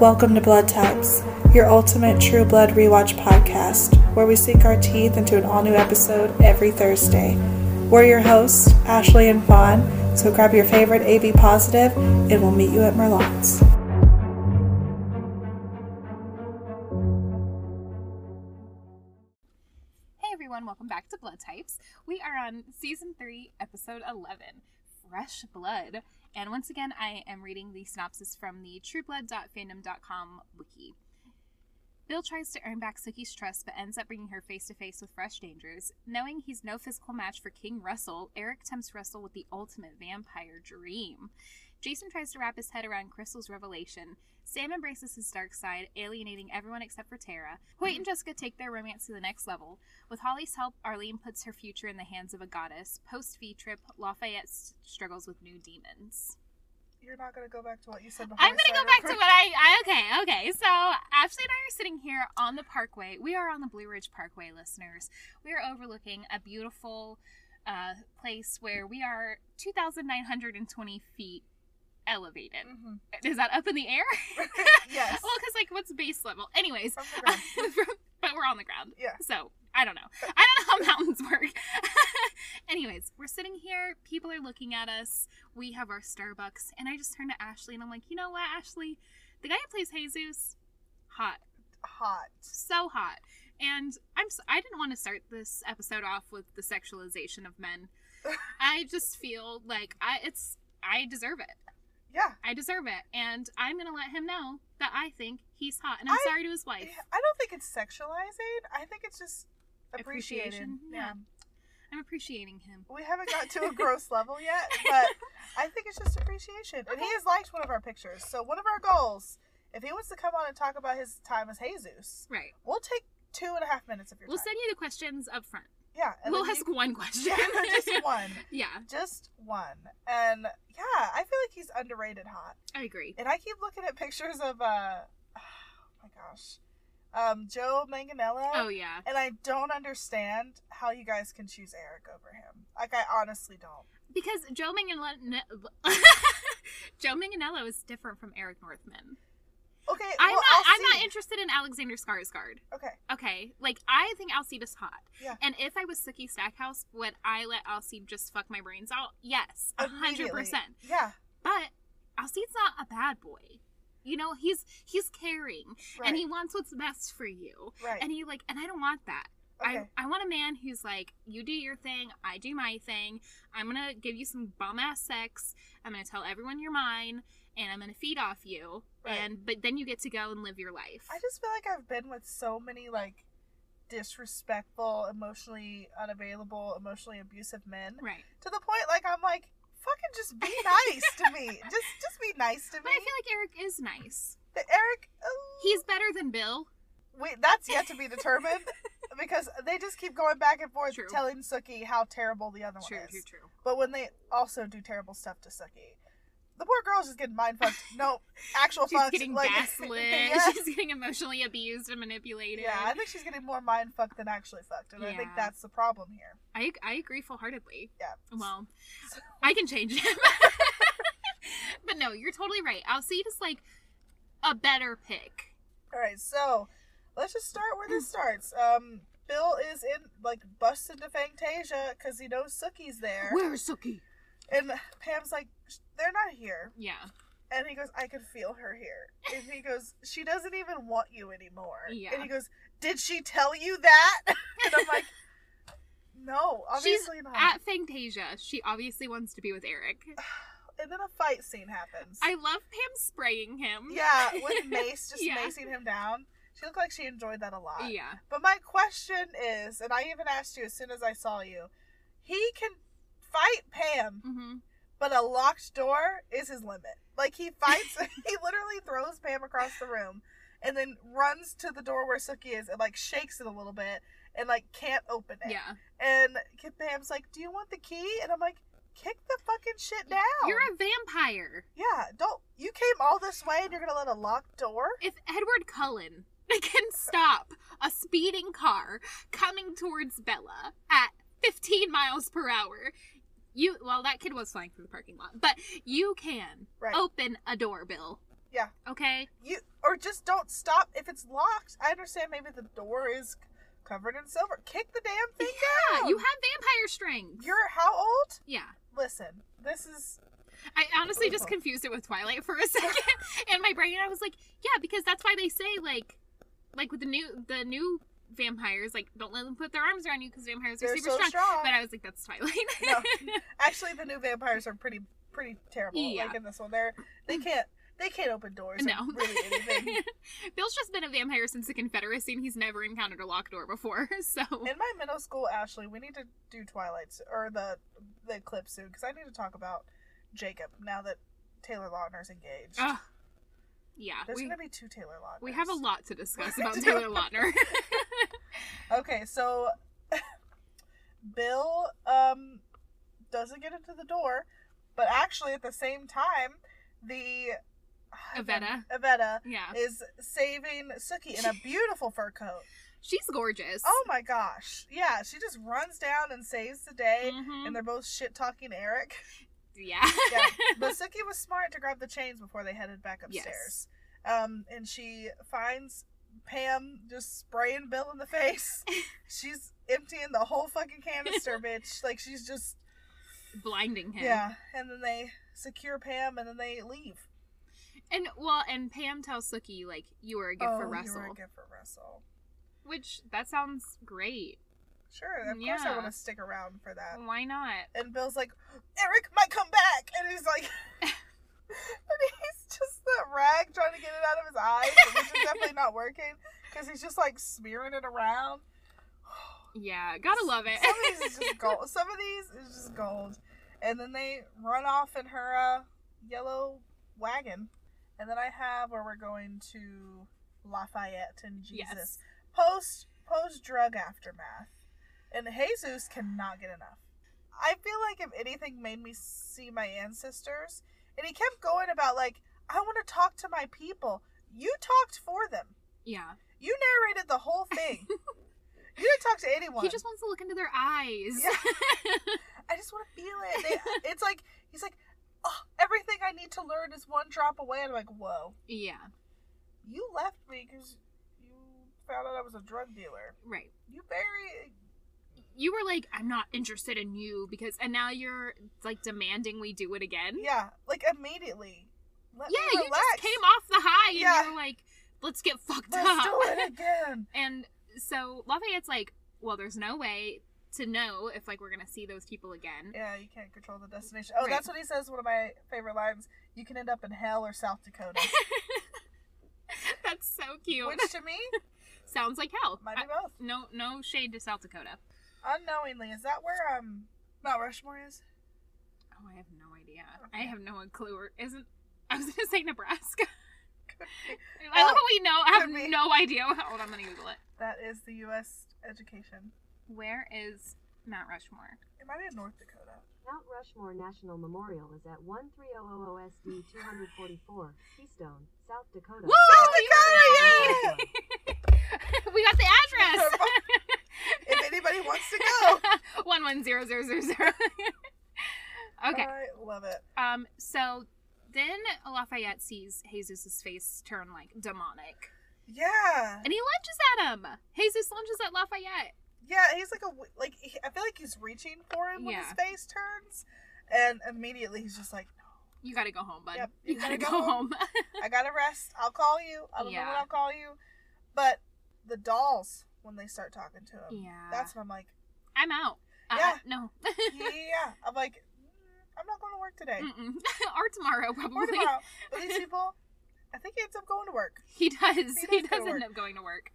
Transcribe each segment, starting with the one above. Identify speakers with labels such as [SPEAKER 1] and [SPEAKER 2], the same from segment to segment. [SPEAKER 1] Welcome to Blood Types, your ultimate True Blood rewatch podcast, where we sink our teeth into an all new episode every Thursday. We're your hosts, Ashley and Fawn, so grab your favorite AB positive and we'll meet you at Merlot's.
[SPEAKER 2] Hey everyone, welcome back to Blood Types. We are on season 3, episode 11, Fresh Blood. And once again, I am reading the synopsis from the trueblood.fandom.com wiki. Bill tries to earn back Suki's trust but ends up bringing her face to face with fresh dangers. Knowing he's no physical match for King Russell, Eric tempts Russell with the ultimate vampire dream. Jason tries to wrap his head around Crystal's revelation. Sam embraces his dark side, alienating everyone except for Tara. Hoyt and Jessica take their romance to the next level. With Holly's help, Arlene puts her future in the hands of a goddess. Post V trip, Lafayette s- struggles with new demons.
[SPEAKER 1] You're not going to go back to what you said before.
[SPEAKER 2] I'm gonna go back to what I, I okay, okay. So Ashley and I are sitting here on the parkway. We are on the Blue Ridge Parkway, listeners. We are overlooking a beautiful uh, place where we are 2,920 feet elevated.
[SPEAKER 1] Mm-hmm.
[SPEAKER 2] Is that up in the air?
[SPEAKER 1] Yes.
[SPEAKER 2] well, because like, what's base level? Anyways,
[SPEAKER 1] From the ground.
[SPEAKER 2] but we're on the ground.
[SPEAKER 1] Yeah.
[SPEAKER 2] So I don't know. I don't know how mountains work. Anyways, we're sitting here. People are looking at us. We have our Starbucks, and I just turn to Ashley and I'm like, you know what, Ashley? The guy who plays Jesus, hot,
[SPEAKER 1] Hot.
[SPEAKER 2] so hot. And I'm s I didn't want to start this episode off with the sexualization of men. I just feel like I it's I deserve it.
[SPEAKER 3] Yeah.
[SPEAKER 2] I deserve it, and I'm gonna let him know that I think he's hot, and I'm
[SPEAKER 3] I-
[SPEAKER 2] sorry to his wife.
[SPEAKER 3] I don't think it's sexualizing. I think it's just appreciated.
[SPEAKER 2] yeah. I'm appreciating him.
[SPEAKER 3] We haven't got to a gross level yet, but I think it's just appreciation. And he has liked one of our pictures. So one of our goals, if he wants to come on and talk about his time as Jesus,
[SPEAKER 2] Right.
[SPEAKER 3] we'll take two and a half minutes of your
[SPEAKER 2] We'll
[SPEAKER 3] time.
[SPEAKER 2] send you the questions up front.
[SPEAKER 3] yeah. and
[SPEAKER 2] we'll
[SPEAKER 3] then
[SPEAKER 2] ask
[SPEAKER 3] you-
[SPEAKER 2] one question.
[SPEAKER 3] yeah, just one.
[SPEAKER 2] yeah,
[SPEAKER 3] Just one. And yeah, I feel like he's underrated hot.
[SPEAKER 2] I agree.
[SPEAKER 3] And I keep looking at pictures of uh oh my gosh. Um Joe Manganello.
[SPEAKER 2] Oh yeah,
[SPEAKER 3] And I don't understand how you guys can choose Eric over him. Like I honestly don't.
[SPEAKER 2] because Joe Manganiello, Joe Manganiello is different from Eric Northman.
[SPEAKER 3] Okay,
[SPEAKER 2] I'm
[SPEAKER 3] well,
[SPEAKER 2] not.
[SPEAKER 3] I'll
[SPEAKER 2] I'm not
[SPEAKER 3] see.
[SPEAKER 2] interested in Alexander Skarsgård.
[SPEAKER 3] Okay,
[SPEAKER 2] Okay, like I think Alcide is hot.
[SPEAKER 3] Yeah.
[SPEAKER 2] And if I was Sookie Stackhouse, would I let Alcide just fuck my brains out? Yes, a hundred
[SPEAKER 3] Immediately.
[SPEAKER 2] percent.
[SPEAKER 3] yeah,
[SPEAKER 2] But Alcide's not a bad boy. You know, he's he's caring
[SPEAKER 3] right,
[SPEAKER 2] and he wants what's best for you.
[SPEAKER 3] right.
[SPEAKER 2] And he like and I don't want that.
[SPEAKER 3] okay,
[SPEAKER 2] I, I want a man who's like, you do your thing, I do my thing. I'm gonna give you some bum ass sex. I'm gonna tell everyone you're mine, and I'm gonna feed off you.
[SPEAKER 3] Right.
[SPEAKER 2] And but then you get to go and live your life.
[SPEAKER 3] I just feel like I've been with so many like disrespectful, emotionally unavailable, emotionally abusive men
[SPEAKER 2] right.
[SPEAKER 3] to the point like I'm like, fucking just be nice to me. Just just be nice to me.
[SPEAKER 2] But I feel like Eric is nice.
[SPEAKER 3] That Eric, oh,
[SPEAKER 2] He's better than Bill.
[SPEAKER 3] wait, that's yet to be determined because they just keep going back and forth
[SPEAKER 2] True.
[SPEAKER 3] telling Suki how terrible the other one
[SPEAKER 2] True,
[SPEAKER 3] is.
[SPEAKER 2] true, true.
[SPEAKER 3] But when they also do terrible stuff to Suki, the poor girl's just getting mind fucked. No, actual
[SPEAKER 2] She's
[SPEAKER 3] fucked.
[SPEAKER 2] getting
[SPEAKER 3] like-
[SPEAKER 2] gaslit.
[SPEAKER 3] yeah.
[SPEAKER 2] She's getting emotionally abused and manipulated.
[SPEAKER 3] yeah, I think she's getting more mind fucked than actually fucked, and I think
[SPEAKER 2] Yeah.
[SPEAKER 3] that's the problem here.
[SPEAKER 2] I, I agree full heartedly.
[SPEAKER 3] Yeah.
[SPEAKER 2] Well, I can change him. but no, you're totally right. Alcide is like a better pick.
[SPEAKER 3] All right, so let's just start where this starts. Um, Bill is in like busts into Fantasia because he knows Suki's there,
[SPEAKER 2] Where's Suki?
[SPEAKER 3] and Pam's like, "They're not here,"
[SPEAKER 2] Yeah.
[SPEAKER 3] and he goes, "I can feel her here," and he goes, "She doesn't even want you anymore,"
[SPEAKER 2] Yeah.
[SPEAKER 3] and he goes, "Did she tell you that?" and I'm like. No, obviously not.
[SPEAKER 2] At Fantasia, she obviously wants to be with Eric.
[SPEAKER 3] and then a fight scene happens.
[SPEAKER 2] I love Pam spraying him.
[SPEAKER 3] yeah, with Mace just
[SPEAKER 2] Yeah.
[SPEAKER 3] macing him down. She looked like she enjoyed that a lot.
[SPEAKER 2] Yeah.
[SPEAKER 3] But my question is, and I even asked you as soon as I saw you, he can fight Pam,
[SPEAKER 2] hmm
[SPEAKER 3] but a locked door is his limit. Like he fights, he literally throws Pam across the room, and then runs to the door where Suki is and like shakes it a little bit and like can't open it.
[SPEAKER 2] Yeah.
[SPEAKER 3] And Pam's like, "Do you want the key?" And I'm like, "Kick the fucking shit down."
[SPEAKER 2] You're a vampire.
[SPEAKER 3] Yeah, don't. You came all this way and you're gonna let a locked door?
[SPEAKER 2] If Edward Cullen can stop a speeding car coming towards Bella at 15 miles per hour, you, well, that kid was flying through the parking lot, but you can
[SPEAKER 3] Right.
[SPEAKER 2] open a door, Bill.
[SPEAKER 3] Yeah.
[SPEAKER 2] Okay.
[SPEAKER 3] You or just don't stop if it's locked. I understand maybe the door is covered in silver. Kick the damn thing
[SPEAKER 2] Yeah,
[SPEAKER 3] down.
[SPEAKER 2] you have vampire strings.
[SPEAKER 3] You're how old?
[SPEAKER 2] yeah.
[SPEAKER 3] Listen, this is
[SPEAKER 2] I honestly just confused it with Twilight for a second in my brain. I was like, yeah, because that's why they say like, like with the new the new vampires, like don't let them put their arms around you because vampires are
[SPEAKER 3] they're
[SPEAKER 2] super
[SPEAKER 3] so
[SPEAKER 2] strong.
[SPEAKER 3] strong.
[SPEAKER 2] But I was like, that's Twilight.
[SPEAKER 3] No. Actually, the new vampires are pretty pretty terrible.
[SPEAKER 2] Yeah.
[SPEAKER 3] Like in this one, they're they can't they can't open doors. or
[SPEAKER 2] no.
[SPEAKER 3] really anything.
[SPEAKER 2] Bill's just been a vampire since the Confederacy, and he's never encountered a locked door before. So
[SPEAKER 3] In my middle school, Ashley, we need to do Twilight s- or the the clip soon because I need to talk about Jacob now that Taylor Lautner's engaged.
[SPEAKER 2] Ugh. yeah,
[SPEAKER 3] There's
[SPEAKER 2] Ah, we,
[SPEAKER 3] gonna be two Taylor Lautners.
[SPEAKER 2] we have a lot to discuss
[SPEAKER 3] We
[SPEAKER 2] about
[SPEAKER 3] do.
[SPEAKER 2] Taylor Lautner.
[SPEAKER 3] Okay, so Bill um doesn't get into the door, but actually at the same time, the
[SPEAKER 2] Avetta.
[SPEAKER 3] Avetta
[SPEAKER 2] yeah,
[SPEAKER 3] is saving Suki in a beautiful fur coat.
[SPEAKER 2] she's gorgeous.
[SPEAKER 3] Oh my gosh. Yeah, she just runs down and saves the day.
[SPEAKER 2] Mhm.
[SPEAKER 3] And they're both shit talking Eric.
[SPEAKER 2] yeah.
[SPEAKER 3] Yeah. but Suki was smart to grab the chains before they headed back
[SPEAKER 2] Yes.
[SPEAKER 3] upstairs. Um, and she finds Pam just spraying Bill in the face. she's emptying the whole fucking canister, bitch. Like she's just
[SPEAKER 2] blinding him.
[SPEAKER 3] yeah. And then they secure Pam and then they leave.
[SPEAKER 2] And well, and Pam tells Sookie like you were a gift for
[SPEAKER 3] Oh, you were a
[SPEAKER 2] Russell,
[SPEAKER 3] gift for Russell.
[SPEAKER 2] which that sounds great.
[SPEAKER 3] Sure, of course I
[SPEAKER 2] Yeah.
[SPEAKER 3] want to stick around for that.
[SPEAKER 2] Why not?
[SPEAKER 3] And Bill's like, Eric might come back. And he's like, and he's just that rag trying to get it out of his eyes, which is definitely not working because he's just like smearing it around.
[SPEAKER 2] Yeah, gotta love it.
[SPEAKER 3] Some of these is just gold. Some of these is just gold. And then they run off in her uh, yellow wagon. And then I have where we're going to Lafayette and Jesus.
[SPEAKER 2] yes,
[SPEAKER 3] Post post drug aftermath. And Jesus cannot get enough. I feel like if anything made me see my ancestors, and he kept going about like, I want to talk to my people. You talked for them.
[SPEAKER 2] yeah.
[SPEAKER 3] You narrated the whole thing. you didn't talk to anyone.
[SPEAKER 2] He just wants to look into their eyes.
[SPEAKER 3] Yeah. I just want to feel it. They- it's like he's like, oh, everything I need to learn is one drop away. And I'm like, whoa,
[SPEAKER 2] yeah,
[SPEAKER 3] you left me because you found out I was a drug dealer.
[SPEAKER 2] right.
[SPEAKER 3] You very
[SPEAKER 2] You were like, I'm not interested in you because, and now you're like demanding we do it again.
[SPEAKER 3] Yeah, like immediately. Let me
[SPEAKER 2] Yeah, you
[SPEAKER 3] relax.
[SPEAKER 2] just came off the high, and
[SPEAKER 3] Yeah.
[SPEAKER 2] you were like, let's get fucked
[SPEAKER 3] Let's
[SPEAKER 2] up.
[SPEAKER 3] do it again.
[SPEAKER 2] And so Lafayette's like, well, there's no way to know if like we're gonna see those people again.
[SPEAKER 3] Yeah, you can't control the destination. Oh,
[SPEAKER 2] Right.
[SPEAKER 3] that's what he says. One of my favorite lines. You can end up in hell or South Dakota,
[SPEAKER 2] That's so cute.
[SPEAKER 3] which to me
[SPEAKER 2] Sounds like hell.
[SPEAKER 3] might be
[SPEAKER 2] I-
[SPEAKER 3] both.
[SPEAKER 2] no, no shade to South Dakota.
[SPEAKER 3] Unknowingly, is that where um Mount Rushmore is?
[SPEAKER 2] Oh, I have no idea. I
[SPEAKER 3] Okay.
[SPEAKER 2] have no clue. Or isn't I was gonna say Nebraska.
[SPEAKER 3] Could be.
[SPEAKER 2] I
[SPEAKER 3] Oh,
[SPEAKER 2] love how we know. I have
[SPEAKER 3] could be.
[SPEAKER 2] no idea. Hold on, I'm gonna Google it.
[SPEAKER 3] That is the U.S. education.
[SPEAKER 2] Where is Mount Rushmore?
[SPEAKER 3] It might be in North Dakota.
[SPEAKER 4] Mount Rushmore National Memorial is at 13000 SD 244, Keystone, South Dakota.
[SPEAKER 2] Woo!
[SPEAKER 3] South Dakota,
[SPEAKER 2] we got the address.
[SPEAKER 3] if anybody wants to go,
[SPEAKER 2] One one zero zero zero zero. Okay.
[SPEAKER 3] I love it.
[SPEAKER 2] Um. So then Lafayette sees Jesus's face turn like demonic,
[SPEAKER 3] Yeah,
[SPEAKER 2] and he lunges at him. Jesus lunges at Lafayette.
[SPEAKER 3] yeah. He's like a w- like. He, I feel like he's reaching for him when his
[SPEAKER 2] Yeah.
[SPEAKER 3] face turns, and immediately he's just like,
[SPEAKER 2] You gotta go home, bud.
[SPEAKER 3] Yep,
[SPEAKER 2] you, gotta, go home.
[SPEAKER 3] I gotta rest. I'll call you. I don't know
[SPEAKER 2] Yeah.
[SPEAKER 3] when I'll call you. But the dolls, when they start talking to him,
[SPEAKER 2] yeah.
[SPEAKER 3] that's when I'm like,
[SPEAKER 2] I'm out. Uh,
[SPEAKER 3] Yeah.
[SPEAKER 2] No.
[SPEAKER 3] yeah. I'm like, "Mm, I'm not going to work today
[SPEAKER 2] Mm-mm. or tomorrow, probably.
[SPEAKER 3] or tomorrow. But these people, I think he ends up going to work.
[SPEAKER 2] He does.
[SPEAKER 3] He
[SPEAKER 2] He,
[SPEAKER 3] does go to
[SPEAKER 2] does end
[SPEAKER 3] work.
[SPEAKER 2] up going to work.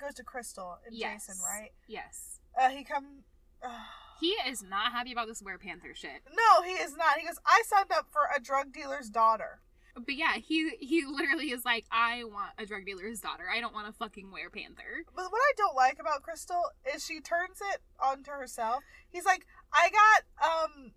[SPEAKER 3] Goes to Crystal and
[SPEAKER 2] Yes.
[SPEAKER 3] Jason, right?
[SPEAKER 2] Yes.
[SPEAKER 3] Uh, he come. Uh,
[SPEAKER 2] He is not happy about this Wear Panther shit.
[SPEAKER 3] no, he is not. He goes, I signed up for a drug dealer's daughter.
[SPEAKER 2] But yeah, he he literally is like, I want a drug dealer's daughter. I don't want a fucking Wear Panther.
[SPEAKER 3] But what I don't like about Crystal is she turns it onto herself. He's like, I got um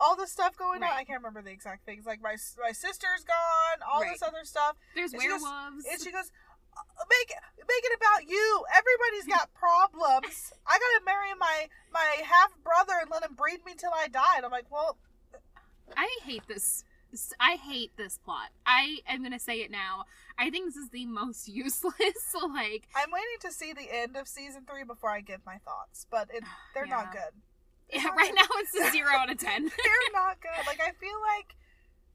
[SPEAKER 3] all this stuff going on.
[SPEAKER 2] Right.
[SPEAKER 3] I can't remember the exact things. Like my my sister's gone, all this other stuff,
[SPEAKER 2] There's
[SPEAKER 3] And she goes-
[SPEAKER 2] werewolves.
[SPEAKER 3] and she goes, "Uh, make it make it about you. Everybody's got problems. I gotta marry my my half brother and let him breed me till I die. And I'm like, well,
[SPEAKER 2] I hate this s- I hate this plot. I am going to say it now. I think this is the most useless, like,
[SPEAKER 3] I'm waiting to see the end of season three before I give my thoughts, but it, they're not
[SPEAKER 2] Yeah.
[SPEAKER 3] good.
[SPEAKER 2] yeah, right now it's a zero out of ten.
[SPEAKER 3] they're not good. Like I feel like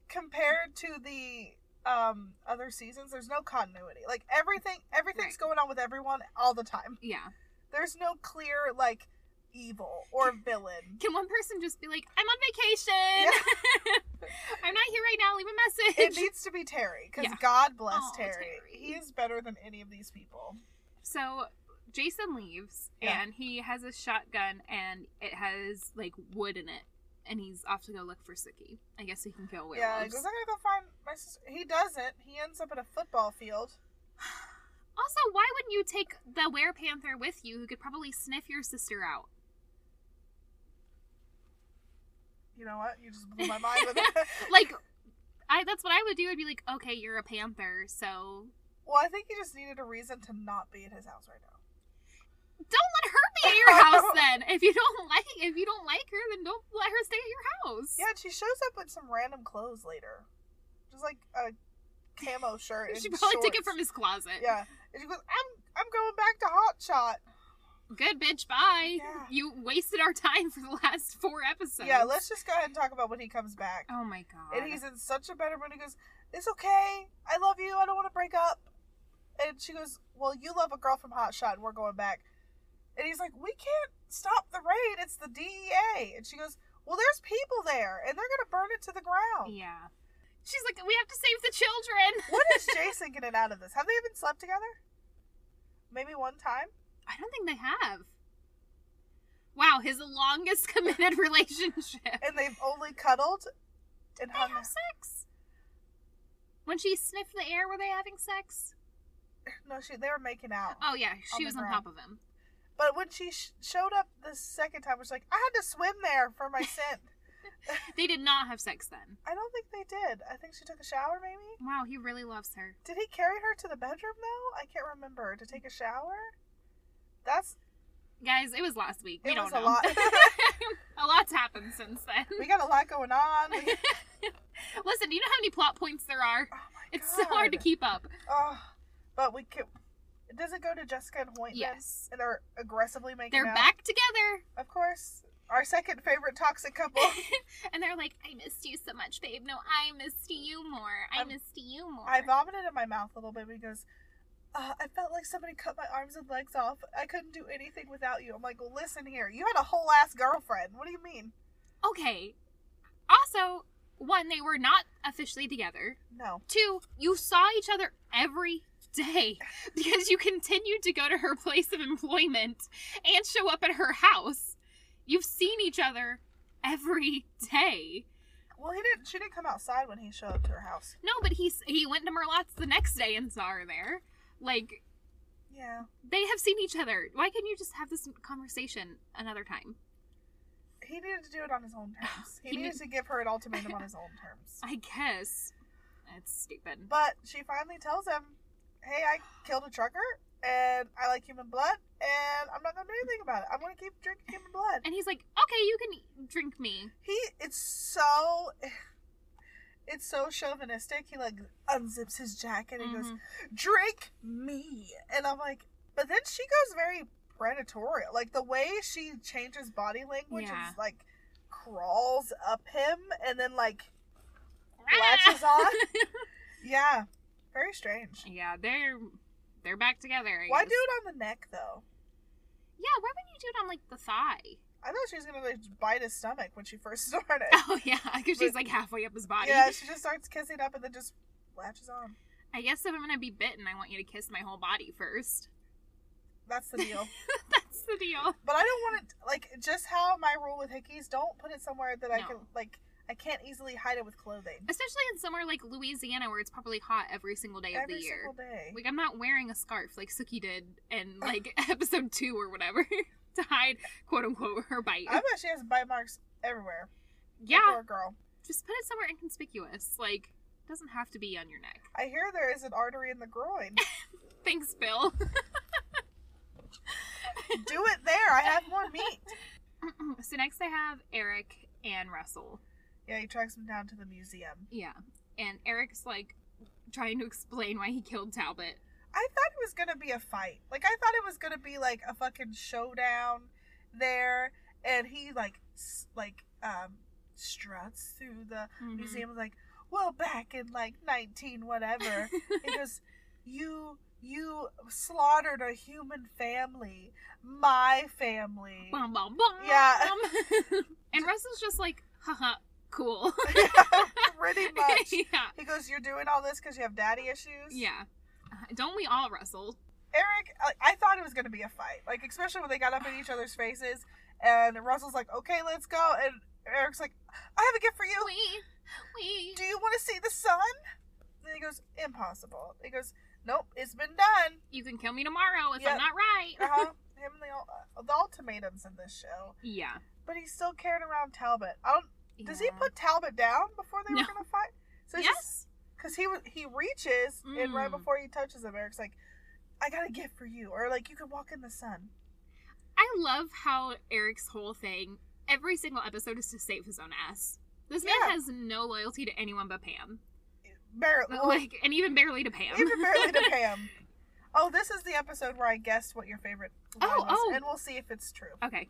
[SPEAKER 3] compared to the um other seasons, there's no continuity. Like everything, everything's
[SPEAKER 2] Right.
[SPEAKER 3] going on with everyone all the time.
[SPEAKER 2] Yeah.
[SPEAKER 3] There's no clear like evil or villain.
[SPEAKER 2] Can one person just be like, I'm on vacation? I'm not here right now. Leave a
[SPEAKER 3] It
[SPEAKER 2] message.
[SPEAKER 3] needs to be Terry because
[SPEAKER 2] Yeah.
[SPEAKER 3] God bless
[SPEAKER 2] Aw,
[SPEAKER 3] Terry.
[SPEAKER 2] Terry.
[SPEAKER 3] He is better than any of these people.
[SPEAKER 2] so Jason leaves
[SPEAKER 3] Yeah.
[SPEAKER 2] and he has a shotgun and it has like wood in it. And he's off to go look for Suki. I guess he can kill werewolves.
[SPEAKER 3] Yeah, because I gotta go find my sister. He doesn't. He ends up at a football field.
[SPEAKER 2] Also, why wouldn't you take the were panther with you who could probably sniff your sister out?
[SPEAKER 3] You know what? You just blew my mind with it.
[SPEAKER 2] Like, I that's what I would do. I'd be like, okay, you're a panther, so
[SPEAKER 3] well, I think he just needed a reason to not be at his house right now.
[SPEAKER 2] don't let her be at your house then. If you don't like if you don't like her, then don't let her stay at your house.
[SPEAKER 3] Yeah, and she shows up in some random clothes later, just like a camo shirt.
[SPEAKER 2] she
[SPEAKER 3] and
[SPEAKER 2] probably took it
[SPEAKER 3] shorts.
[SPEAKER 2] from his closet.
[SPEAKER 3] Yeah, and she goes, "I'm I'm going back to Hot Shot."
[SPEAKER 2] Good bitch, bye.
[SPEAKER 3] Yeah.
[SPEAKER 2] You wasted our time for the last four episodes.
[SPEAKER 3] yeah, let's just go ahead and talk about when he comes back.
[SPEAKER 2] Oh my god.
[SPEAKER 3] and he's in such a better mood. He goes, "It's okay. I love you. I don't want to break up." And she goes, "Well, you love a girl from Hot Shot, and we're going back." And he's like, "We can't stop the raid. It's the DEA." And she goes, "Well, there's people there, and they're gonna burn it to the ground."
[SPEAKER 2] Yeah. She's like, we have to save the children.
[SPEAKER 3] What is Jason getting out of this? Have they even slept together? Maybe one time.
[SPEAKER 2] I don't think they have. Wow, his longest committed relationship.
[SPEAKER 3] And um, they've only cuddled and
[SPEAKER 2] They
[SPEAKER 3] hung
[SPEAKER 2] have sex. When she sniffed the air, were they having sex?
[SPEAKER 3] No, she, they were making out.
[SPEAKER 2] Oh yeah, she
[SPEAKER 3] the
[SPEAKER 2] was on
[SPEAKER 3] ground.
[SPEAKER 2] top of him.
[SPEAKER 3] But when she sh- showed up the second time, she's like, I had to swim there for my scent.
[SPEAKER 2] They did not have sex then.
[SPEAKER 3] I don't think they did. I think she took a shower, maybe?
[SPEAKER 2] Wow, he really loves her.
[SPEAKER 3] Did he carry her to the bedroom, though? I can't remember. To take a shower? That's.
[SPEAKER 2] Guys, it was last week. We
[SPEAKER 3] It
[SPEAKER 2] don't
[SPEAKER 3] was a
[SPEAKER 2] know.
[SPEAKER 3] lot.
[SPEAKER 2] a lot's happened since then.
[SPEAKER 3] We got a lot going on. We-
[SPEAKER 2] Listen, do you know how many plot points there are?
[SPEAKER 3] oh, my
[SPEAKER 2] It's so hard to
[SPEAKER 3] God.
[SPEAKER 2] keep up.
[SPEAKER 3] Oh, but we can. Does it go to Jessica and Hoyt? then?
[SPEAKER 2] Yes.
[SPEAKER 3] And they're aggressively making
[SPEAKER 2] They're
[SPEAKER 3] out?
[SPEAKER 2] back together.
[SPEAKER 3] Of course. Our second favorite toxic couple.
[SPEAKER 2] And they're like, I missed you so much, babe. No, I missed you more. I
[SPEAKER 3] I'm-
[SPEAKER 2] missed you more.
[SPEAKER 3] I vomited in my mouth a little bit because uh, I felt like somebody cut my arms and legs off. I couldn't do anything without you. I'm like, well, listen here. You had a whole ass girlfriend. What do you mean?
[SPEAKER 2] okay. Also, one, they were not officially together.
[SPEAKER 3] No.
[SPEAKER 2] Two, you saw each other every day because you continued to go to her place of employment and show up at her house. You've seen each other every day.
[SPEAKER 3] Well, he didn't. She didn't come outside when he showed up to her house.
[SPEAKER 2] No, but he he went to Merlot's the next day and saw her there. Like
[SPEAKER 3] Yeah.
[SPEAKER 2] they have seen each other. Why can't you just have this conversation another time?
[SPEAKER 3] He needed to do it on his own terms. He,
[SPEAKER 2] He
[SPEAKER 3] needed
[SPEAKER 2] need-
[SPEAKER 3] to give her an ultimatum on his own terms.
[SPEAKER 2] I guess it's stupid.
[SPEAKER 3] But she finally tells him, "Hey, I killed a trucker, and I like human blood, and I'm not gonna do anything about it. I'm gonna keep drinking human blood."
[SPEAKER 2] And he's like, "Okay, you can drink me."
[SPEAKER 3] He it's so it's so chauvinistic. He like unzips his jacket and he goes,
[SPEAKER 2] Mhm.
[SPEAKER 3] "Drink me," and I'm like, but then she goes very predatory. Like the way she changes body language
[SPEAKER 2] Yeah.
[SPEAKER 3] is like crawls up him and then like
[SPEAKER 2] Ah!
[SPEAKER 3] latches on. yeah, very strange.
[SPEAKER 2] yeah, they're they're back together. I
[SPEAKER 3] Why
[SPEAKER 2] guess.
[SPEAKER 3] do it on the neck though?
[SPEAKER 2] Yeah, why would you do it on like the thigh?
[SPEAKER 3] I thought she was gonna like bite his stomach when she first started.
[SPEAKER 2] Oh yeah, because she's
[SPEAKER 3] But-
[SPEAKER 2] like halfway up his body.
[SPEAKER 3] yeah, she just starts kissing up and then just latches on.
[SPEAKER 2] I guess if I'm gonna be bitten, I want you to kiss my whole body first.
[SPEAKER 3] That's the deal.
[SPEAKER 2] That's the deal.
[SPEAKER 3] But I don't want it like just how my rule with hickeys. Don't put it somewhere that I
[SPEAKER 2] No.
[SPEAKER 3] can like I can't easily hide it with clothing.
[SPEAKER 2] Especially in somewhere like Louisiana where it's probably hot every single day of
[SPEAKER 3] Every
[SPEAKER 2] the year.
[SPEAKER 3] single day.
[SPEAKER 2] Like I'm not wearing a scarf like Suki did in like episode two or whatever to hide quote unquote her bite.
[SPEAKER 3] I bet she has bite marks everywhere. The
[SPEAKER 2] yeah,
[SPEAKER 3] Poor girl.
[SPEAKER 2] just put it somewhere inconspicuous. Like doesn't have to be on your neck.
[SPEAKER 3] I hear there is an artery in the groin.
[SPEAKER 2] Thanks, Bill.
[SPEAKER 3] Do it there. I have more meat.
[SPEAKER 2] so next I have Eric and Russell.
[SPEAKER 3] Yeah, he tracks him down to the museum.
[SPEAKER 2] Yeah. And Eric's like trying to explain why he killed Talbot.
[SPEAKER 3] I thought it was gonna be a fight. Like I thought it was gonna be like a fucking showdown there, and he like s- like um struts through the
[SPEAKER 2] Mhm.
[SPEAKER 3] museum like, well, back in like nineteen
[SPEAKER 2] Mm-hmm.
[SPEAKER 3] whatever, he goes, you you slaughtered a human family, my family.
[SPEAKER 2] Bum, bum, bum.
[SPEAKER 3] Yeah.
[SPEAKER 2] and Russell's just like, haha, cool.
[SPEAKER 3] Pretty much.
[SPEAKER 2] yeah.
[SPEAKER 3] He goes, you're doing all this because you have daddy issues.
[SPEAKER 2] Yeah. Uh, Don't we all, Russell?
[SPEAKER 3] Eric, I, I thought it was gonna be a fight, like especially when they got up in each other's faces, and Russell's like, "Okay, let's go," and Eric's like, "I have a gift for you.
[SPEAKER 2] We, we.
[SPEAKER 3] Do you want to see the sun?" And he goes, "Impossible." He goes, "Nope, it's been done."
[SPEAKER 2] You can kill me tomorrow if
[SPEAKER 3] Yeah.
[SPEAKER 2] I'm not right.
[SPEAKER 3] Uh-huh. Him and the, ul- uh, the ultimatums in this show,
[SPEAKER 2] yeah.
[SPEAKER 3] but he's still carrying around Talbot. I don't. Does he
[SPEAKER 2] Yeah.
[SPEAKER 3] put Talbot down before they
[SPEAKER 2] No.
[SPEAKER 3] were gonna fight? So
[SPEAKER 2] Yes.
[SPEAKER 3] because he was he reaches and right
[SPEAKER 2] Mm.
[SPEAKER 3] before he touches him, Eric's like, "I got a gift for you," or like, "You can walk in the sun."
[SPEAKER 2] I love how Eric's whole thing, every single episode, is to save his own ass. This man
[SPEAKER 3] Yeah.
[SPEAKER 2] has no loyalty to anyone but Pam.
[SPEAKER 3] Barely,
[SPEAKER 2] Like, and even barely to Pam.
[SPEAKER 3] Even barely to Pam. Oh, this is the episode where I guessed what your favorite line
[SPEAKER 2] Oh,
[SPEAKER 3] was,
[SPEAKER 2] oh.
[SPEAKER 3] and we'll see if it's true.
[SPEAKER 2] okay.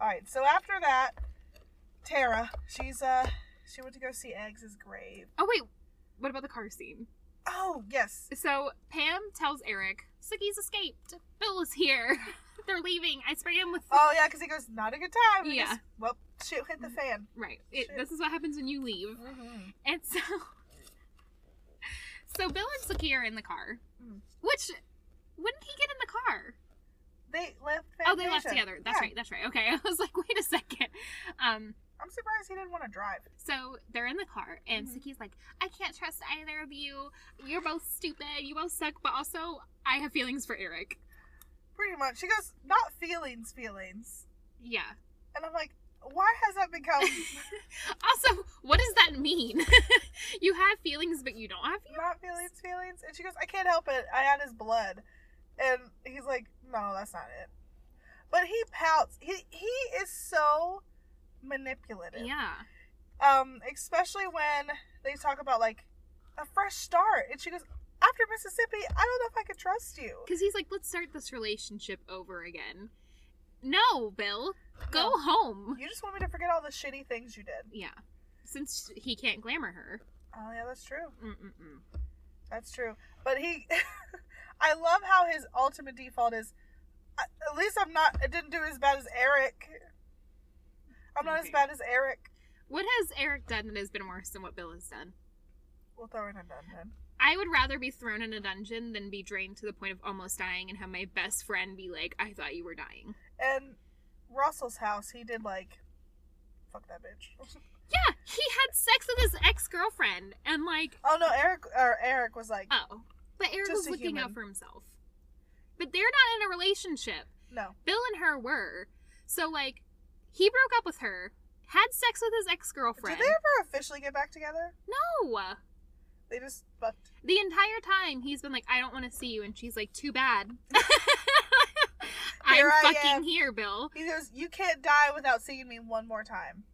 [SPEAKER 3] All right. So after that, Tara, she's uh, she went to go see Eggs's grave.
[SPEAKER 2] Oh, wait. What about the car scene?
[SPEAKER 3] Oh yes,
[SPEAKER 2] So Pam tells Eric, Suki's escaped. Bill is here. They're leaving. I sprayed him with.
[SPEAKER 3] oh yeah, because he goes not a good time. and he
[SPEAKER 2] Yeah. Mm-hmm.
[SPEAKER 3] goes, well, shit hit the fan.
[SPEAKER 2] Right. It,
[SPEAKER 3] Shit.
[SPEAKER 2] this is what happens when you leave. And so, so Bill and Suki are in the car.
[SPEAKER 3] Mm.
[SPEAKER 2] Which, when did he get in the car?
[SPEAKER 3] They left.
[SPEAKER 2] Oh, they left
[SPEAKER 3] Fantasia.
[SPEAKER 2] together. That's
[SPEAKER 3] Yeah.
[SPEAKER 2] right. That's right. Okay, I was like, wait a second. Um,
[SPEAKER 3] I'm surprised he didn't want to drive.
[SPEAKER 2] so they're in the car, and
[SPEAKER 3] Mhm.
[SPEAKER 2] Suki's like, I can't trust either of you. You're both stupid. You both suck. But also, I have feelings for Eric.
[SPEAKER 3] Pretty much, she goes not feelings, feelings,
[SPEAKER 2] Yeah.
[SPEAKER 3] and I'm like, why has that become?
[SPEAKER 2] Also, what does that mean? you have feelings, but you don't have feelings.
[SPEAKER 3] not feelings, feelings. And she goes, I can't help it. I had his blood. And he's like, No, that's not it. But he pouts. He he is so manipulative.
[SPEAKER 2] Yeah.
[SPEAKER 3] Um, especially when they talk about like a fresh start. And she goes, After Mississippi, I don't know if I could trust you.
[SPEAKER 2] Because he's like, let's start this relationship over again. No, Bill, go home.
[SPEAKER 3] You just want me to forget all the shitty things you did.
[SPEAKER 2] Yeah. Since he can't glamour her.
[SPEAKER 3] Oh yeah, that's true.
[SPEAKER 2] Mm-mm-mm.
[SPEAKER 3] That's true. But he, I love how his ultimate default is. "I- At least I'm not. I didn't do as bad as Eric. I'm not as
[SPEAKER 2] Okay.
[SPEAKER 3] bad as Eric.
[SPEAKER 2] What has Eric done that has been worse than what Bill has done?
[SPEAKER 3] We'll throw in a dungeon.
[SPEAKER 2] I would rather be thrown in a dungeon than be drained to the point of almost dying and have my best friend be like, I thought you were dying.
[SPEAKER 3] And Russell's house, he did like, fuck that bitch.
[SPEAKER 2] Yeah, he had sex with his ex girlfriend and like,
[SPEAKER 3] oh no, Eric or Eric was like,
[SPEAKER 2] oh. But Eric
[SPEAKER 3] Just
[SPEAKER 2] was
[SPEAKER 3] a
[SPEAKER 2] looking
[SPEAKER 3] human.
[SPEAKER 2] out for himself. But they're not in a relationship.
[SPEAKER 3] no.
[SPEAKER 2] Bill and her were. So like he broke up with her, had sex with his ex
[SPEAKER 3] Did
[SPEAKER 2] girlfriend.
[SPEAKER 3] they ever officially get back together?
[SPEAKER 2] No.
[SPEAKER 3] They just fucked.
[SPEAKER 2] The entire time he's been like, I don't want to see you and she's like, Too bad. I'm
[SPEAKER 3] Here I
[SPEAKER 2] fucking
[SPEAKER 3] am.
[SPEAKER 2] here, Bill.
[SPEAKER 3] He goes, you can't die without seeing me one more time.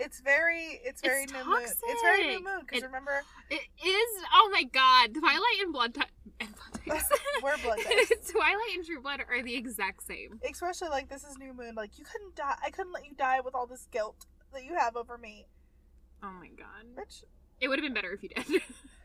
[SPEAKER 3] It's very, it's very new moon. It's very new
[SPEAKER 2] toxic.
[SPEAKER 3] moon because
[SPEAKER 2] It-
[SPEAKER 3] remember
[SPEAKER 2] It is oh my god, Twilight and Blood Ti- and Blood
[SPEAKER 3] we're blood types.
[SPEAKER 2] Ties. Twilight and True Blood are the exact same.
[SPEAKER 3] especially like this is new moon like you couldn't die i couldn't let you die with all this guilt that you have over me
[SPEAKER 2] Oh my god.
[SPEAKER 3] which
[SPEAKER 2] It would have been better if you did.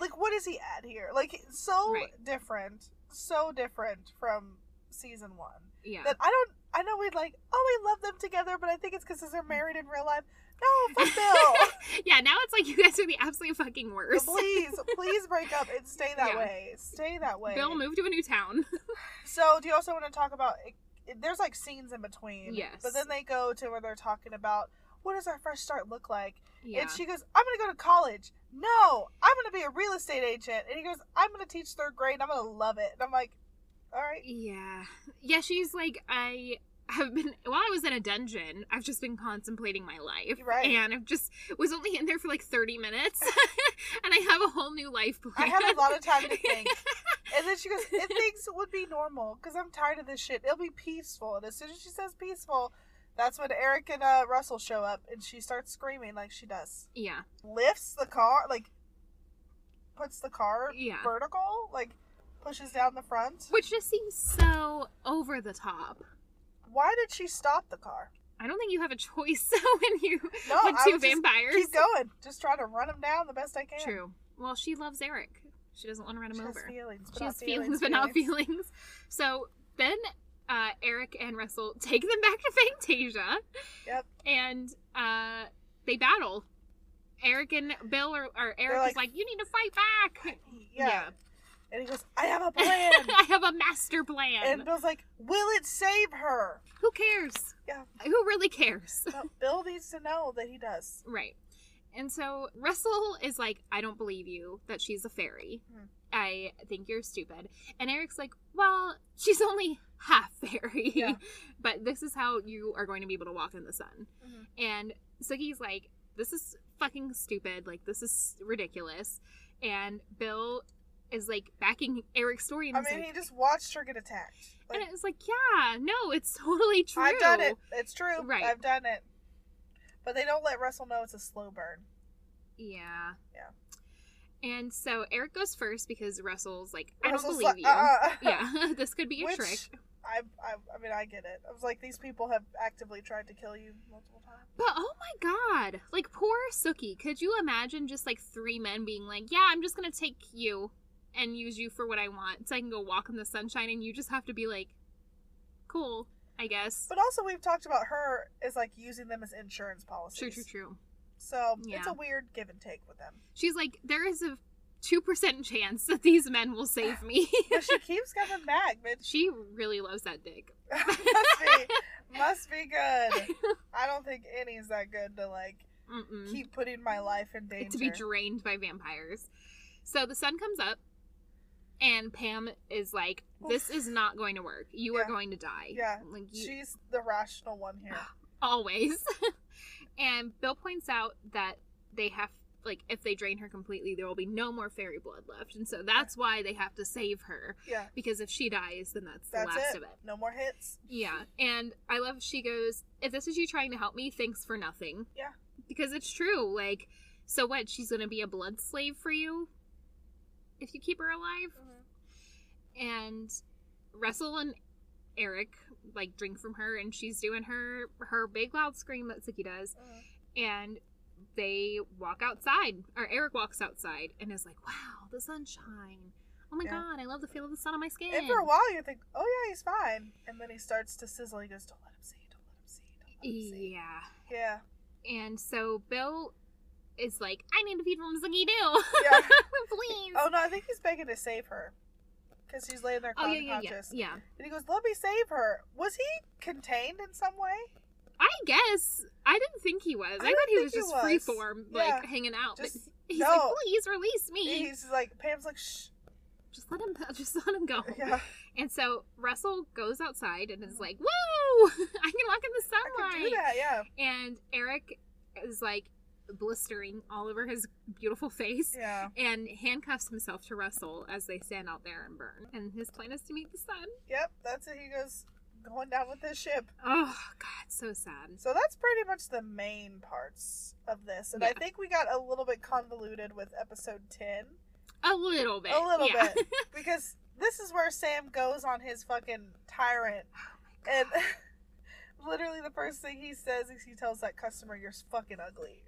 [SPEAKER 3] like what does he add here like so
[SPEAKER 2] Right.
[SPEAKER 3] different so different from season one
[SPEAKER 2] yeah.
[SPEAKER 3] that i don't i know we'd like oh we love them together but i think it's because they're married in real life no fuck bill
[SPEAKER 2] yeah, now it's like you guys are the absolute fucking worst.
[SPEAKER 3] please please break up and stay that
[SPEAKER 2] Yeah.
[SPEAKER 3] way stay that way
[SPEAKER 2] Bill moved to a new town.
[SPEAKER 3] So, do you also want to talk about? There's like scenes in between.
[SPEAKER 2] Yes.
[SPEAKER 3] But then they go to where they're talking about what does our fresh start look like,
[SPEAKER 2] Yeah.
[SPEAKER 3] and she goes, "I'm gonna go to college." No, I'm gonna be a real estate agent. And he goes, "I'm gonna teach third grade. and I'm gonna love it." And I'm like, "All right."
[SPEAKER 2] Yeah. Yeah, she's like, I have been, while I was in a dungeon, I've just been contemplating my life.
[SPEAKER 3] Right.
[SPEAKER 2] And I've just, was only in there for like 30 minutes. and I have a whole new life plan.
[SPEAKER 3] I had a lot of time to think. And then she goes, "If things would be normal, because I'm tired of this shit. It'll be peaceful." And as soon as she says peaceful, That's when Eric and uh, Russell show up, and she starts screaming like she does.
[SPEAKER 2] Yeah.
[SPEAKER 3] Lifts the car, like puts the car
[SPEAKER 2] Yeah.
[SPEAKER 3] vertical, like pushes down the front.
[SPEAKER 2] Which just seems so over the top.
[SPEAKER 3] Why did she stop the car?
[SPEAKER 2] I don't think you have a choice when you
[SPEAKER 3] No,
[SPEAKER 2] when
[SPEAKER 3] I
[SPEAKER 2] two
[SPEAKER 3] would just
[SPEAKER 2] vampires.
[SPEAKER 3] Keep going. Just try to run him down the best I can.
[SPEAKER 2] True. Well, she loves Eric. She doesn't want to run him
[SPEAKER 3] She has
[SPEAKER 2] over.
[SPEAKER 3] feelings, but
[SPEAKER 2] she
[SPEAKER 3] not
[SPEAKER 2] has feelings, but not feelings. So then uh, Eric and Russell take them back to Fantasia.
[SPEAKER 3] Yep.
[SPEAKER 2] And uh, they battle. Eric and Bill are, or Eric
[SPEAKER 3] like-
[SPEAKER 2] is like, you need to fight back.
[SPEAKER 3] Yeah.
[SPEAKER 2] Yeah.
[SPEAKER 3] And he goes, I have a plan.
[SPEAKER 2] I have a master plan.
[SPEAKER 3] and Bill's like, Will it save her?
[SPEAKER 2] Who cares?
[SPEAKER 3] Yeah.
[SPEAKER 2] Who really cares?
[SPEAKER 3] But Bill needs to know that he does.
[SPEAKER 2] Right. And so Russell is like, I don't believe you that she's a fairy.
[SPEAKER 3] Mhm.
[SPEAKER 2] I think you're stupid. And Eric's like, Well, she's only half fairy,
[SPEAKER 3] Yeah.
[SPEAKER 2] but this is how you are going to be able to walk in the sun.
[SPEAKER 3] Mhm.
[SPEAKER 2] And Sugi's like, This is fucking stupid. Like, this is ridiculous. And Bill is like backing Eric's story and
[SPEAKER 3] I
[SPEAKER 2] he's
[SPEAKER 3] mean,
[SPEAKER 2] like,
[SPEAKER 3] he just watched her get attacked. Like,
[SPEAKER 2] and it was like, yeah, no, it's totally true.
[SPEAKER 3] I've done it. It's true.
[SPEAKER 2] Right.
[SPEAKER 3] I've done it. But they don't let Russell know it's a slow burn.
[SPEAKER 2] Yeah.
[SPEAKER 3] Yeah.
[SPEAKER 2] And so Eric goes first because Russell's like, I
[SPEAKER 3] Russell's
[SPEAKER 2] don't believe
[SPEAKER 3] like,
[SPEAKER 2] you.
[SPEAKER 3] "Uh-uh."
[SPEAKER 2] yeah, this could be a
[SPEAKER 3] Which,
[SPEAKER 2] trick.
[SPEAKER 3] I, I, I mean, I get it. I was like, these people have actively tried to kill you multiple times.
[SPEAKER 2] But oh my god, like poor Suki. Could you imagine just like three men being like, yeah, I'm just gonna take you and use you for what I want, so I can go walk in the sunshine, and you just have to be like, cool, I guess.
[SPEAKER 3] But also, we've talked about her as like using them as insurance policies.
[SPEAKER 2] True, true, true.
[SPEAKER 3] So it's
[SPEAKER 2] Yeah.
[SPEAKER 3] a weird give and take with them.
[SPEAKER 2] She's like, there is a two percent chance that these men will save me.
[SPEAKER 3] But she keeps coming back, bitch.
[SPEAKER 2] she really loves that dick.
[SPEAKER 3] must be, must be good. I don't think any is that good to like
[SPEAKER 2] Mm-mm.
[SPEAKER 3] keep putting my life in danger.
[SPEAKER 2] Mm-hmm. to be drained by vampires. So the sun comes up, and Pam is like, "This is not going to work. You
[SPEAKER 3] Yeah.
[SPEAKER 2] are going to die.
[SPEAKER 3] Yeah.
[SPEAKER 2] like you
[SPEAKER 3] She's the rational one here.
[SPEAKER 2] always." and Bill points out that they have, like, if they drain her completely, there will be no more fairy blood left, and so that's why they have to save her
[SPEAKER 3] Yeah,
[SPEAKER 2] because if she dies, then that's,
[SPEAKER 3] that's
[SPEAKER 2] the last
[SPEAKER 3] it.
[SPEAKER 2] of it.
[SPEAKER 3] No more hits.
[SPEAKER 2] Yeah, and I love she goes, "If this is you trying to help me, thanks for nothing."
[SPEAKER 3] Yeah.
[SPEAKER 2] Because it's true. Like, so what? She's going to be a blood slave for you if you keep her alive. And Russell and Eric like drink from her and she's doing her her big loud scream that Suki does
[SPEAKER 3] Mhm.
[SPEAKER 2] and they walk outside or Eric walks outside and is like, "Wow, the sunshine. Oh my
[SPEAKER 3] Yeah.
[SPEAKER 2] god, I love the feel of the sun on my skin."
[SPEAKER 3] And for a while, you think, oh yeah, he's fine, and then he starts to sizzle. He goes, don't let him see. Don't let him see. Don't let him see.
[SPEAKER 2] yeah.
[SPEAKER 3] Yeah,
[SPEAKER 2] And so Bill is like, I need to feed from Ziggy Doo.
[SPEAKER 3] yeah.
[SPEAKER 2] Please.
[SPEAKER 3] oh no, I think he's begging to save her because she's laying there
[SPEAKER 2] Oh,
[SPEAKER 3] unconscious.
[SPEAKER 2] yeah, yeah, yeah. Yeah.
[SPEAKER 3] And he goes, let me save her. Was he contained in some way?
[SPEAKER 2] I guess. I didn't think he was.
[SPEAKER 3] I
[SPEAKER 2] I,
[SPEAKER 3] don't
[SPEAKER 2] thought he was
[SPEAKER 3] think he was.
[SPEAKER 2] just freeform, like
[SPEAKER 3] Yeah.
[SPEAKER 2] hanging out.
[SPEAKER 3] Just-
[SPEAKER 2] but he's
[SPEAKER 3] no.
[SPEAKER 2] like, please release me.
[SPEAKER 3] He's just like Pam's like shh.
[SPEAKER 2] Just let him just let him go.
[SPEAKER 3] Yeah, Mm-hmm.
[SPEAKER 2] And so Russell goes outside and is like, Woo! I can walk in the
[SPEAKER 3] I can do
[SPEAKER 2] sunlight.
[SPEAKER 3] that. Yeah,
[SPEAKER 2] And Eric is like blistering all over his beautiful face.
[SPEAKER 3] yeah,
[SPEAKER 2] And handcuffs himself to Russell as they stand out there and burn. And his plan is to meet the sun.
[SPEAKER 3] yep. That's it. He goes going down with this ship.
[SPEAKER 2] Oh God, so sad.
[SPEAKER 3] So that's pretty much the main parts of this, and I
[SPEAKER 2] Yeah.
[SPEAKER 3] think we got a little bit convoluted with episode ten
[SPEAKER 2] A little bit.
[SPEAKER 3] A little
[SPEAKER 2] yeah.
[SPEAKER 3] bit. because this is where Sam goes on his fucking tyrant, and literally the first thing he says is he tells that customer, "You're fucking ugly,"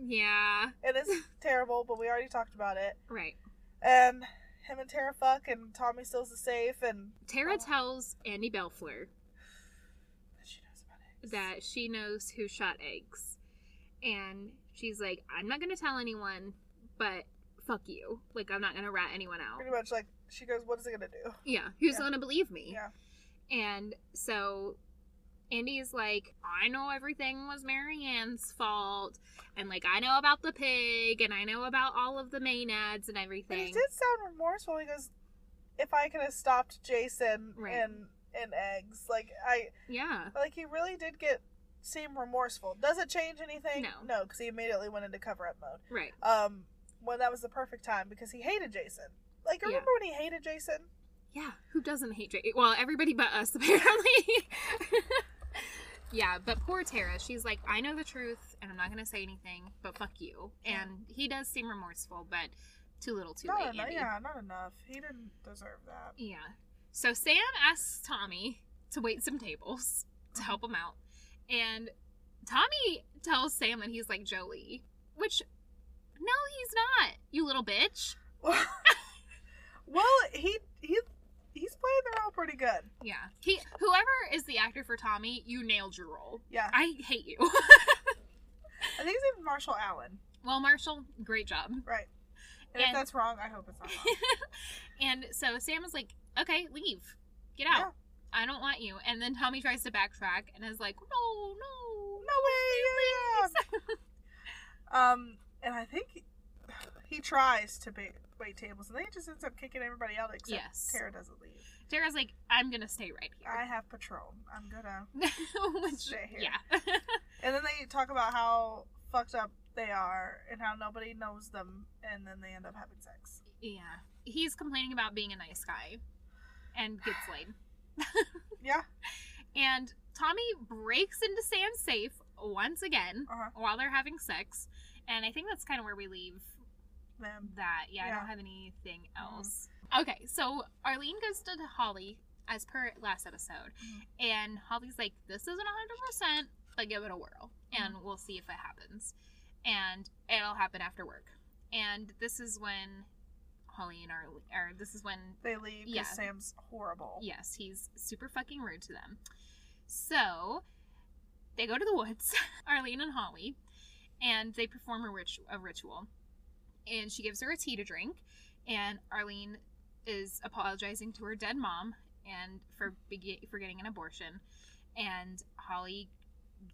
[SPEAKER 2] yeah.
[SPEAKER 3] and it's terrible. But we already talked about it,
[SPEAKER 2] Right.
[SPEAKER 3] and him and Tara fuck, and Tommy steals the safe, and
[SPEAKER 2] Tara tells Annie Belfleur
[SPEAKER 3] she knows about it.
[SPEAKER 2] that she knows who shot eggs, and she's like, "I'm not gonna tell anyone, but fuck you. Like, I'm not gonna rat anyone out.
[SPEAKER 3] pretty much like she goes, "What is it gonna do?"
[SPEAKER 2] Yeah. Who's
[SPEAKER 3] Yeah.
[SPEAKER 2] gonna believe me?
[SPEAKER 3] Yeah.
[SPEAKER 2] And so Andy's like, I know everything was Marianne's fault, and like I know about the pig, and I know about all of the maenads and
[SPEAKER 3] But
[SPEAKER 2] everything.
[SPEAKER 3] he did sound remorseful. He goes, "If I could have stopped Jason
[SPEAKER 2] Right.
[SPEAKER 3] and and eggs, like I
[SPEAKER 2] Yeah.
[SPEAKER 3] like he really did get." Seem remorseful. Does it change anything?
[SPEAKER 2] No.
[SPEAKER 3] no, because he immediately went into cover up mode.
[SPEAKER 2] Right.
[SPEAKER 3] um, when that was the perfect time because he hated Jason. Like,
[SPEAKER 2] Yeah.
[SPEAKER 3] remember when he hated Jason?
[SPEAKER 2] Yeah, who doesn't hate Jake? Well, everybody but us, apparently. Yeah, but poor Tara, she's like, I know the truth, and I'm not gonna say anything, but fuck you.
[SPEAKER 3] Yeah.
[SPEAKER 2] And he does seem remorseful, but too little, too
[SPEAKER 3] Not
[SPEAKER 2] late.
[SPEAKER 3] enough.
[SPEAKER 2] Andy.
[SPEAKER 3] Yeah, not enough. He didn't deserve that.
[SPEAKER 2] Yeah. So Sam asks Tommy to wait some tables to help him out. And Tommy tells Sam that he's like Jolie, which, no, he's not, you little bitch.
[SPEAKER 3] well, he he he's playing the role pretty good.
[SPEAKER 2] Yeah. He, whoever is the actor for Tommy, you nailed your role.
[SPEAKER 3] Yeah,
[SPEAKER 2] I hate you.
[SPEAKER 3] I think his name is Marshall Allen.
[SPEAKER 2] well, Marshall, great job.
[SPEAKER 3] Right. And, if
[SPEAKER 2] And-
[SPEAKER 3] that's wrong, I hope it's not wrong.
[SPEAKER 2] and so Sam is like, okay, leave. Get out.
[SPEAKER 3] Yeah.
[SPEAKER 2] I don't want you. And then Tommy tries to backtrack and is like, no, no,
[SPEAKER 3] no way. yeah. um, and I think he tries to ba- wait tables, and then he just ends up kicking everybody out except
[SPEAKER 2] Yes.
[SPEAKER 3] Tara doesn't leave.
[SPEAKER 2] Tara's like, I'm going to stay right here.
[SPEAKER 3] I have patrol. I'm gonna.
[SPEAKER 2] Which-
[SPEAKER 3] Stay here.
[SPEAKER 2] Yeah.
[SPEAKER 3] And then they talk about how fucked up they are and how nobody knows them, and then they end up having sex.
[SPEAKER 2] yeah. He's complaining about being a nice guy and gets laid.
[SPEAKER 3] Yeah.
[SPEAKER 2] And Tommy breaks into Sam's safe once again
[SPEAKER 3] Uh huh.
[SPEAKER 2] while they're having sex. And I think that's kind of where we leave
[SPEAKER 3] Them.
[SPEAKER 2] that. Yeah, I
[SPEAKER 3] Yeah.
[SPEAKER 2] don't have anything
[SPEAKER 3] Mhm.
[SPEAKER 2] else. Okay, so Arlene goes to Holly as per last episode,
[SPEAKER 3] Mhm.
[SPEAKER 2] and Holly's like, "This isn't hundred percent, but give it a whirl, and we'll see if it happens." And it'll happen after work. And this is when Holly and Arlene, or this is when
[SPEAKER 3] They leave because
[SPEAKER 2] Yeah.
[SPEAKER 3] Sam's horrible.
[SPEAKER 2] yes, he's super fucking rude to them. So they go to the woods, Arlene and Holly, and they perform a, rit- a ritual. And she gives her a tea to drink, and Arlene is apologizing to her dead mom and for begi- for getting an abortion. And Holly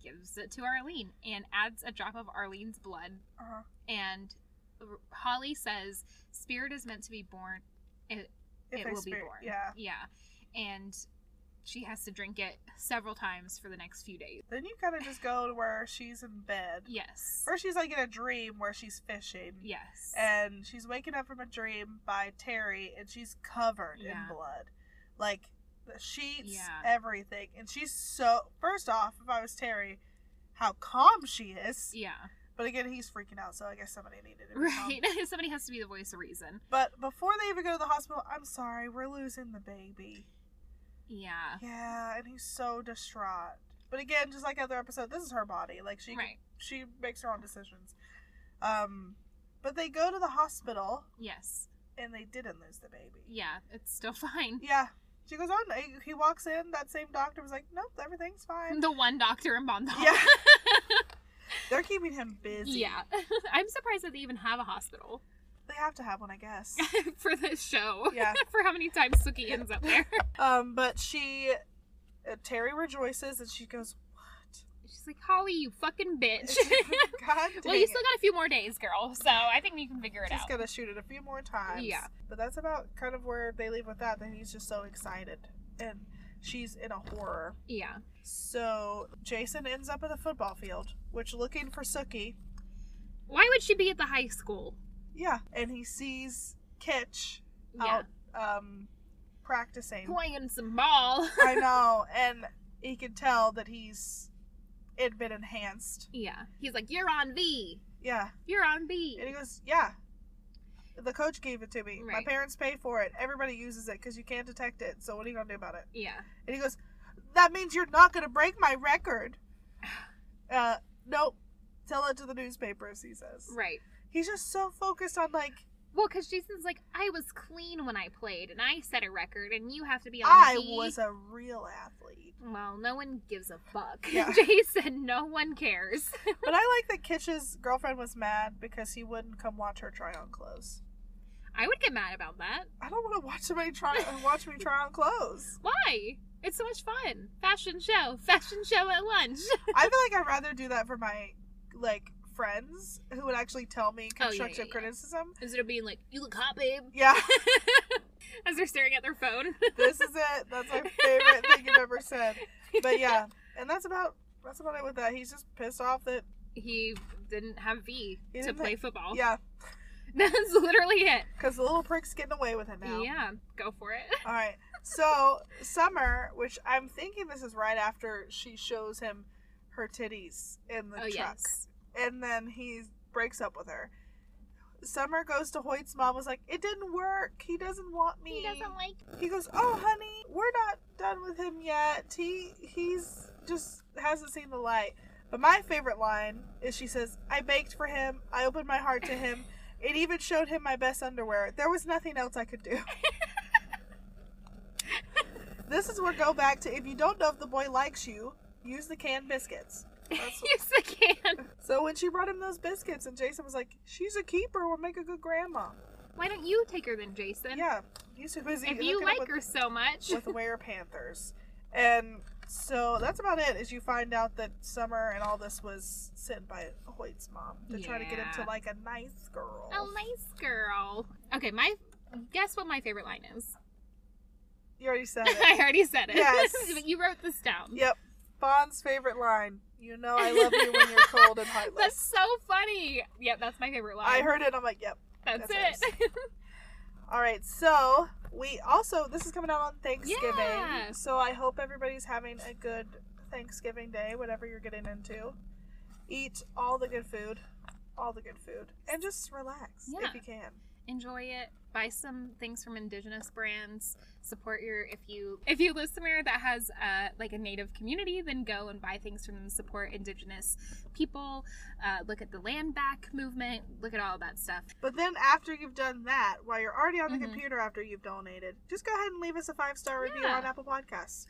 [SPEAKER 2] gives it to Arlene and adds a drop of Arlene's blood
[SPEAKER 3] Uh-huh.
[SPEAKER 2] and R- Holly says spirit is meant to be born it,
[SPEAKER 3] If
[SPEAKER 2] it
[SPEAKER 3] they
[SPEAKER 2] will be
[SPEAKER 3] spare-
[SPEAKER 2] born
[SPEAKER 3] Yeah.
[SPEAKER 2] yeah and she has to drink it several times for the next few days
[SPEAKER 3] Then you kind of just go to where she's in bed.
[SPEAKER 2] yes
[SPEAKER 3] First, she's like in a dream where she's fishing.
[SPEAKER 2] yes
[SPEAKER 3] And she's waking up from a dream by Terry, and she's covered
[SPEAKER 2] Yeah.
[SPEAKER 3] in blood. Like, the sheets,
[SPEAKER 2] Yeah.
[SPEAKER 3] everything. And she's so. First off, if I was Terry, how calm she is.
[SPEAKER 2] yeah
[SPEAKER 3] But again, he's freaking out, so I guess somebody needed to be calm.
[SPEAKER 2] right somebody has to be the voice of reason
[SPEAKER 3] But before they even go to the hospital, I'm sorry, we're losing the baby.
[SPEAKER 2] yeah
[SPEAKER 3] Yeah, and he's so distraught. But again, just like other episode, this is her body. Like she
[SPEAKER 2] right
[SPEAKER 3] she makes her own decisions. Um, but they go to the hospital
[SPEAKER 2] yes
[SPEAKER 3] and they didn't lose the baby.
[SPEAKER 2] yeah it's still fine
[SPEAKER 3] Yeah. She goes on. he- He walks in. That same doctor was like, "Nope, everything's fine."
[SPEAKER 2] the one doctor in Bondal.
[SPEAKER 3] Yeah. They're keeping him busy.
[SPEAKER 2] yeah i'm surprised that they even have a hospital
[SPEAKER 3] They have to have one, I guess.
[SPEAKER 2] for this show
[SPEAKER 3] yeah.
[SPEAKER 2] for how many times suki ends up there
[SPEAKER 3] Um, but she, uh, Terry rejoices and she goes, "What?"
[SPEAKER 2] she's like holly you fucking bitch
[SPEAKER 3] God dang
[SPEAKER 2] Well, you
[SPEAKER 3] it.
[SPEAKER 2] still got a few more days, girl. So I think you can figure it
[SPEAKER 3] Just
[SPEAKER 2] out.
[SPEAKER 3] gonna shoot it a few more times.
[SPEAKER 2] Yeah.
[SPEAKER 3] But that's about kind of where they leave with that. That he's just so excited, and she's in a horror.
[SPEAKER 2] Yeah.
[SPEAKER 3] So Jason ends up at the football field, which looking for Suki.
[SPEAKER 2] Why would she be at the high school?
[SPEAKER 3] Yeah. And he sees Kitch
[SPEAKER 2] Yeah.
[SPEAKER 3] out um practicing.
[SPEAKER 2] Playing some ball.
[SPEAKER 3] I know, and he can tell that he's it been enhanced.
[SPEAKER 2] Yeah. He's like, you're on B.
[SPEAKER 3] Yeah.
[SPEAKER 2] You're on B.
[SPEAKER 3] And he goes, Yeah. The coach gave it to me.
[SPEAKER 2] Right.
[SPEAKER 3] My parents pay for it. Everybody uses it because you can't detect it. So what are you gonna do about it?
[SPEAKER 2] Yeah.
[SPEAKER 3] And he goes, That means you're not gonna break my record. Uh nope. Tell it to the newspapers, he says.
[SPEAKER 2] Right.
[SPEAKER 3] He's just so focused on like
[SPEAKER 2] Well, because Jason's like, I was clean when I played, and I set a record, and you have to be on
[SPEAKER 3] I
[SPEAKER 2] B."
[SPEAKER 3] was a real athlete.
[SPEAKER 2] Well, no one gives a fuck.
[SPEAKER 3] Yeah.
[SPEAKER 2] Jason, no one cares.
[SPEAKER 3] But I like that Kitsch's girlfriend was mad because he wouldn't come watch her try on clothes.
[SPEAKER 2] I would get mad about that.
[SPEAKER 3] I don't want to watch somebody try watch me try on clothes.
[SPEAKER 2] Why? It's so much fun. Fashion show. Fashion show at lunch.
[SPEAKER 3] I feel like I'd rather do that for my like friends who would actually tell me
[SPEAKER 2] Oh, yeah,
[SPEAKER 3] constructive
[SPEAKER 2] yeah.
[SPEAKER 3] criticism.
[SPEAKER 2] Instead of being like, you look hot, babe.
[SPEAKER 3] Yeah,
[SPEAKER 2] As they're staring at their phone.
[SPEAKER 3] this is it. That's my favorite thing you've ever said. But yeah, and that's about that's about it with that. He's just pissed off that
[SPEAKER 2] he didn't have V
[SPEAKER 3] He
[SPEAKER 2] to
[SPEAKER 3] didn't
[SPEAKER 2] play
[SPEAKER 3] have-
[SPEAKER 2] football.
[SPEAKER 3] yeah,
[SPEAKER 2] That's literally it.
[SPEAKER 3] because the little prick's getting away with it now.
[SPEAKER 2] Yeah, go for it.
[SPEAKER 3] All right. So Summer, which I'm thinking this is right after she shows him her titties in the
[SPEAKER 2] oh
[SPEAKER 3] truck,
[SPEAKER 2] yes.
[SPEAKER 3] and then he breaks up with her. Summer goes to Hoyt's mom. Was like, it didn't work. He doesn't want me.
[SPEAKER 2] He doesn't like
[SPEAKER 3] He goes, "Oh, honey, we're not done with him yet. He he's just hasn't seen the light." But my favorite line is she says, "I baked for him. I opened my heart to him. It even showed him my best underwear. There was nothing else I could do." this is where go back to if you don't know if the boy likes you, use the canned biscuits. That's what-
[SPEAKER 2] use the can.
[SPEAKER 3] so when she brought him those biscuits and Jason was like, "She's a keeper. Will make a good grandma."
[SPEAKER 2] Why don't you take her then, Jason?
[SPEAKER 3] Yeah, he's too busy.
[SPEAKER 2] If you
[SPEAKER 3] hooking up
[SPEAKER 2] like
[SPEAKER 3] with
[SPEAKER 2] her so much.
[SPEAKER 3] with Were Panthers. And so that's about it. Is you find out that Summer and all this was sent by Hoyt's mom to try to get him to
[SPEAKER 2] Yeah.
[SPEAKER 3] like a nice girl.
[SPEAKER 2] A nice girl. Okay, my guess what my favorite line is.
[SPEAKER 3] You already said
[SPEAKER 2] I
[SPEAKER 3] it.
[SPEAKER 2] already said it.
[SPEAKER 3] Yes.
[SPEAKER 2] but you wrote this down.
[SPEAKER 3] yep. Bond's favorite line. You know I love you when you're cold and
[SPEAKER 2] That's
[SPEAKER 3] heartless.
[SPEAKER 2] so funny. Yep, that's my favorite line.
[SPEAKER 3] I heard it. I'm like, yep.
[SPEAKER 2] that's,
[SPEAKER 3] that's
[SPEAKER 2] it.
[SPEAKER 3] All right. So we also this is coming out on Thanksgiving.
[SPEAKER 2] Yeah.
[SPEAKER 3] So I hope everybody's having a good Thanksgiving day, whatever you're getting into. Eat all the good food, all the good food, and just relax
[SPEAKER 2] Yeah.
[SPEAKER 3] if you can.
[SPEAKER 2] Enjoy it. Buy some things from indigenous brands. Support your if you if you live somewhere that has uh, like a native community, then go and buy things from them. Support indigenous people. Uh, look at the land back movement. Look at all that stuff.
[SPEAKER 3] But then after you've done that, while you're already on the
[SPEAKER 2] Mhm.
[SPEAKER 3] computer after you've donated, just go ahead and leave us a five star review
[SPEAKER 2] Yeah.
[SPEAKER 3] on Apple Podcasts.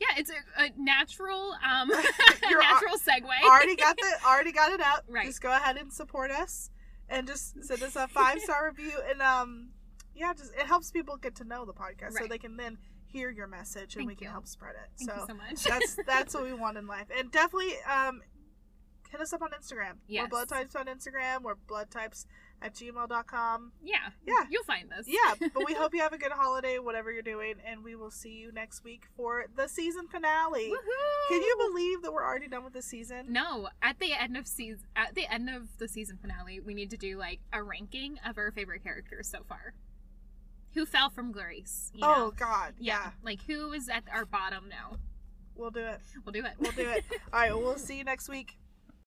[SPEAKER 2] Yeah, it's a, a natural um
[SPEAKER 3] You're al-
[SPEAKER 2] natural segue.
[SPEAKER 3] Already got the already got it out.
[SPEAKER 2] Right.
[SPEAKER 3] Just go ahead and support us and just send us a five star review and um yeah, just it helps people get to know the podcast so
[SPEAKER 2] Right.
[SPEAKER 3] they can then hear your message and
[SPEAKER 2] Thank
[SPEAKER 3] we can
[SPEAKER 2] you.
[SPEAKER 3] help spread it.
[SPEAKER 2] Thank
[SPEAKER 3] so
[SPEAKER 2] you so much.
[SPEAKER 3] that's that's what we want in life. And definitely um hit us up on Instagram. We're
[SPEAKER 2] Yes.
[SPEAKER 3] blood types on Instagram, we're blood types at gmail.com.
[SPEAKER 2] yeah.
[SPEAKER 3] Yeah.
[SPEAKER 2] You'll find this.
[SPEAKER 3] yeah, but we hope you have a good holiday, whatever you're doing, and we will see you next week for the season finale.
[SPEAKER 2] Woohoo!
[SPEAKER 3] Can you believe that we're already done with the season?
[SPEAKER 2] No, at the end of season, at the end of the season finale, we need to do like a ranking of our favorite characters so far. Who fell from grace? You
[SPEAKER 3] oh
[SPEAKER 2] know?
[SPEAKER 3] God, yeah.
[SPEAKER 2] Like who is at our bottom now?
[SPEAKER 3] we'll do it.
[SPEAKER 2] We'll do it.
[SPEAKER 3] We'll do it. All right, well, we'll see you next week.